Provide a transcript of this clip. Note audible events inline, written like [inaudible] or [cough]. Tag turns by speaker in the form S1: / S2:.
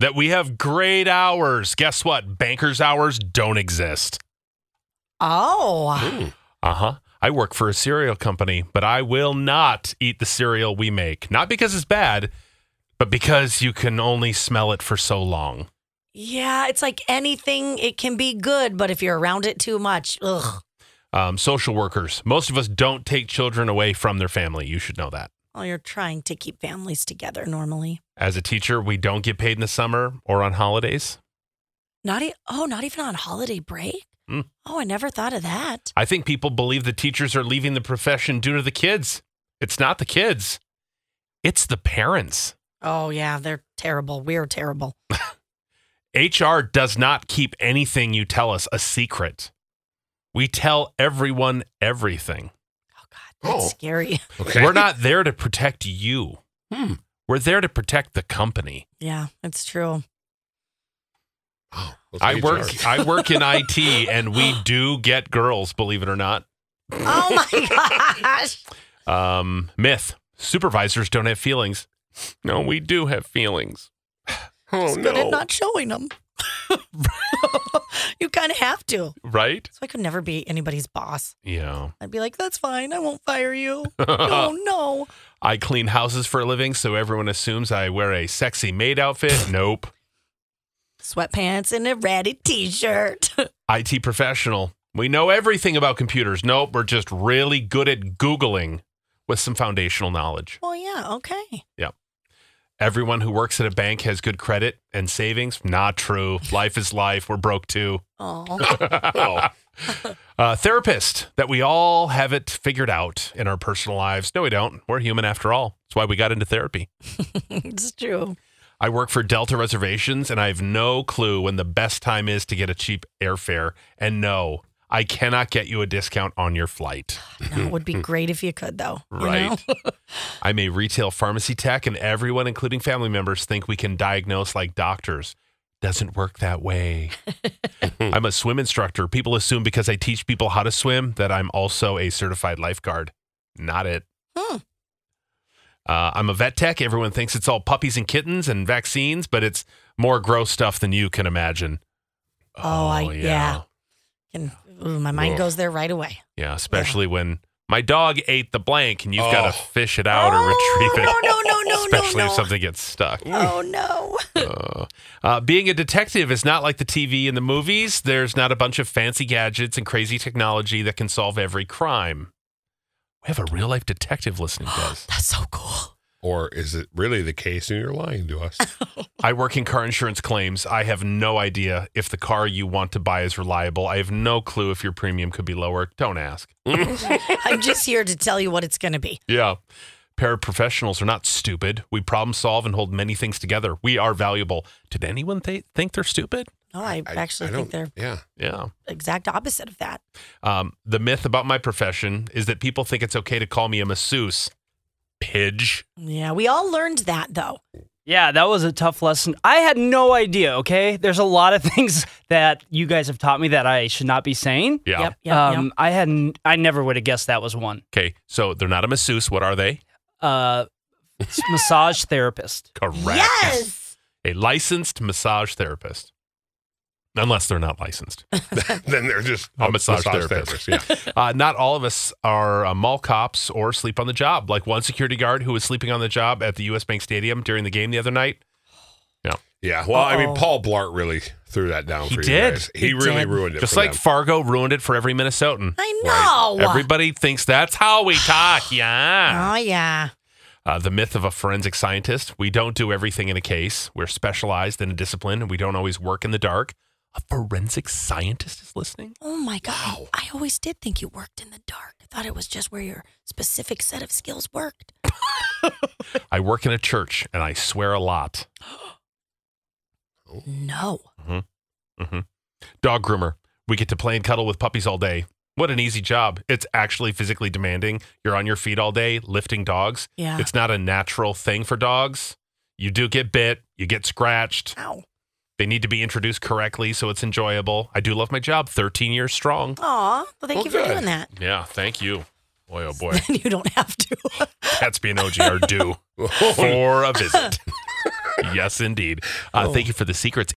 S1: That we have great hours. Guess what? Banker's hours don't exist.
S2: Oh,
S1: Uh huh. I work for a cereal company, but I will not eat the cereal we make. Not because it's bad, but because you can only smell it for so long.
S2: yeah. It's like anything, it can be good, but if you're around it too much, ugh.
S1: Um, social workers. Most of us don't take children away from their family. You should know that.
S2: Well, you're trying to keep families together normally.
S1: As a teacher, we don't get paid in the summer or on holidays.
S2: Not e- oh, not even on holiday break.
S3: Hmm.
S1: Mm.
S2: Oh, I never thought of that.
S1: I think people believe the teachers are leaving the profession due to the kids. It's not the kids, it's the parents.
S2: Oh yeah, they're terrible. We're terrible.
S1: HR does not keep anything you tell us a secret. We tell everyone everything.
S2: Oh god, that's
S3: Oh.
S2: scary. [laughs]
S3: Okay.
S1: We're not there to protect you,
S3: Hmm.
S1: we're there to protect the company.
S2: Yeah, it's
S3: [laughs]
S2: true.
S3: Wow. Those
S1: I
S3: HR.
S1: work, I work [laughs] in IT and we do get girls, believe it or not.
S2: Oh my gosh.
S1: Um, myth supervisors don't have feelings. No, we do have feelings.
S3: Oh
S2: It's good at
S3: no.
S2: not showing them. [laughs] you kind of have to.
S1: Right?
S2: So I could never be anybody's boss.
S1: [laughs] Yeah.
S2: I'd be like, that's fine. I won't fire
S3: [laughs]
S2: you. oh no.
S1: I clean houses for a living, so everyone assumes I wear a sexy maid outfit. nope.
S2: Sweatpants and a ratty t [laughs] shirt.
S1: IT professional. We know everything about computers. Nope, we're just really good at Googling with some foundational knowledge.
S2: Well, yeah, okay.
S1: Everyone who works at a bank has good credit and savings. Not true. Life is life. We're broke too.
S2: Oh,
S1: uh, therapist, that we all have it figured out in our personal lives. No, we don't. We're human after all. That's why we got into therapy.
S2: [laughs] it's true.
S1: I work for Delta Reservations and I have no clue when the best time is to get a cheap airfare. And no, I cannot get you a discount on your flight.
S2: No, it would be great if you could, though. you know?
S1: Right.
S2: [laughs]
S1: I'm a retail pharmacy tech, and everyone, including family members, think we can diagnose like doctors. Doesn't work that way. I'm a swim instructor. People assume because I teach people how to swim that I'm also a certified lifeguard. Not it.
S2: Hmm.
S1: Uh, I'm a vet tech. Everyone thinks it's all puppies and kittens and vaccines, but it's more gross stuff than you can imagine.
S2: Oh, I- yeah. And ooh, my mind
S3: Ugh.
S2: goes there right away.
S1: Yeah, especially when my dog ate the blank and you've got
S3: Oh.
S1: to fish it out
S2: Oh,
S1: or retrieve it.
S2: No, no, no, no,
S1: especially
S2: no,
S1: if
S2: no.
S1: something gets stuck.
S2: Oh, no.
S1: Uh, uh, being a detective is not like the TV and the movies. There's not a bunch of fancy gadgets and crazy technology that can solve every crime. We have a real life detective
S2: [gasps]
S1: listening to us.
S2: That's so cool.
S3: Or is it really the case and you're lying to us?
S1: I work in car insurance claims. I have no idea if the car you want to buy is reliable. I have no clue if your premium could be lower. Don't ask.
S2: [laughs] I'm just here to tell you what it's going to be.
S1: Yeah. Paraprofessionals are not stupid. We problem solve and hold many things together. We are valuable. Did anyone th- think they're stupid?
S2: No, I,
S3: I-
S2: actually
S3: I
S2: think they're
S3: don't- Yeah.
S1: Yeah.
S2: exact opposite of that.
S1: Um, the myth about my profession is that people think it's okay to call me a masseuse. Pidge.
S2: Yeah, we all learned that, though.
S4: Yeah, that was a tough lesson. I had no idea, okay? There's a lot of [laughs] things that you guys have taught me that I should not be saying.
S1: Yeah.
S2: Yep, yep,
S4: um,
S2: yep.
S4: I hadn't I never would have guessed that was one.
S1: Okay. So they're not a masseuse. What are they?
S4: Uh massage therapist.
S1: Correct.
S2: Yes.
S1: A licensed massage therapist. Unless they're not licensed.
S2: [laughs]
S3: [laughs] then they're just
S1: A massage
S3: therapist. Yeah.
S1: Uh, not all of us are uh, mall cops or sleep on the job. Like one security guard who was sleeping on the job at the U.S. Bank Stadium during the game the other night. [laughs]
S3: Yeah. Well, I
S2: Uh-oh.
S3: mean, Paul Blart really threw that down
S1: He
S3: for you
S1: did.
S3: guys. He,
S2: He
S3: really
S2: did.
S3: ruined it.
S1: Just
S3: for
S1: like
S3: them.
S1: Fargo ruined it for every Minnesotan.
S2: I
S3: Right.
S2: know.
S1: Everybody thinks that's how we talk. Yeah.
S2: Oh, yeah.
S1: Uh, the myth of a forensic scientist. We don't do everything in a case. We're specialized in a discipline and we don't always work in the dark. A forensic scientist is listening?
S2: Oh my God. I always did think you worked in the dark. I thought it was just where your specific set of skills worked.
S1: I work in a church and I swear a lot.
S2: No.
S1: Dog groomer. We get to play and cuddle with puppies all day. What an easy job. It's actually physically demanding. You're on your feet all day lifting dogs.
S2: Yeah.
S1: It's not a natural thing for dogs. You do get bit, you get scratched.
S2: Ow.
S1: They need to be introduced correctly so it's enjoyable. I do love my job. 13 years strong.
S2: Aw. Well, thank
S3: Well,
S2: you for
S3: good.
S2: doing that.
S1: Yeah, thank you. Boy, oh boy.
S2: Then [laughs] you don't have to.
S1: [laughs]
S2: [laughs]
S1: Cats being OG [laughs] are due
S3: Oh,
S1: [laughs] for a visit. yes, indeed. Uh, Thank you for the secrets.